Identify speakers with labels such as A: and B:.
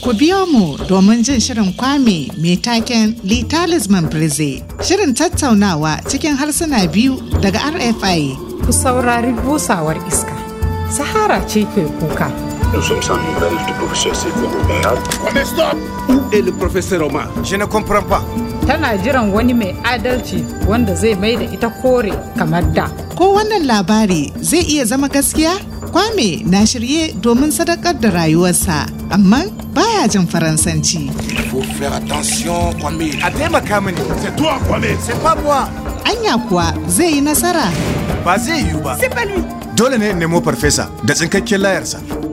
A: Ku biyo mu domin jin shirin kwame mai taken Lee Talisman Breze, shirin tattaunawa cikin harsuna biyu daga RFI.
B: Ku saurari busawar iska, Sahara ce ke kuka.
C: Nous sommes sans nouvelles du professeur Sylvain Robert.
D: Mais stop Où est le professeur Omar
E: Je ne comprends pas.
B: Tana jiran wani mai adalci wanda zai mai da ita kore kamar da.
A: Ko wannan labari zai iya zama gaskiya? Kwame na shirye domin sadakar da rayuwarsa, amma baya jin Faransanci.
F: Faut faire attention, Kwame.
E: A taimaka mini.
D: C'est toi, Kwame
E: C'est pas moi.
A: Anya kuwa zai yi nasara.
E: Ba zai yiwu ba.
B: Sifali!
E: Dole ne in nemo farfesa da tsinkakken layarsa.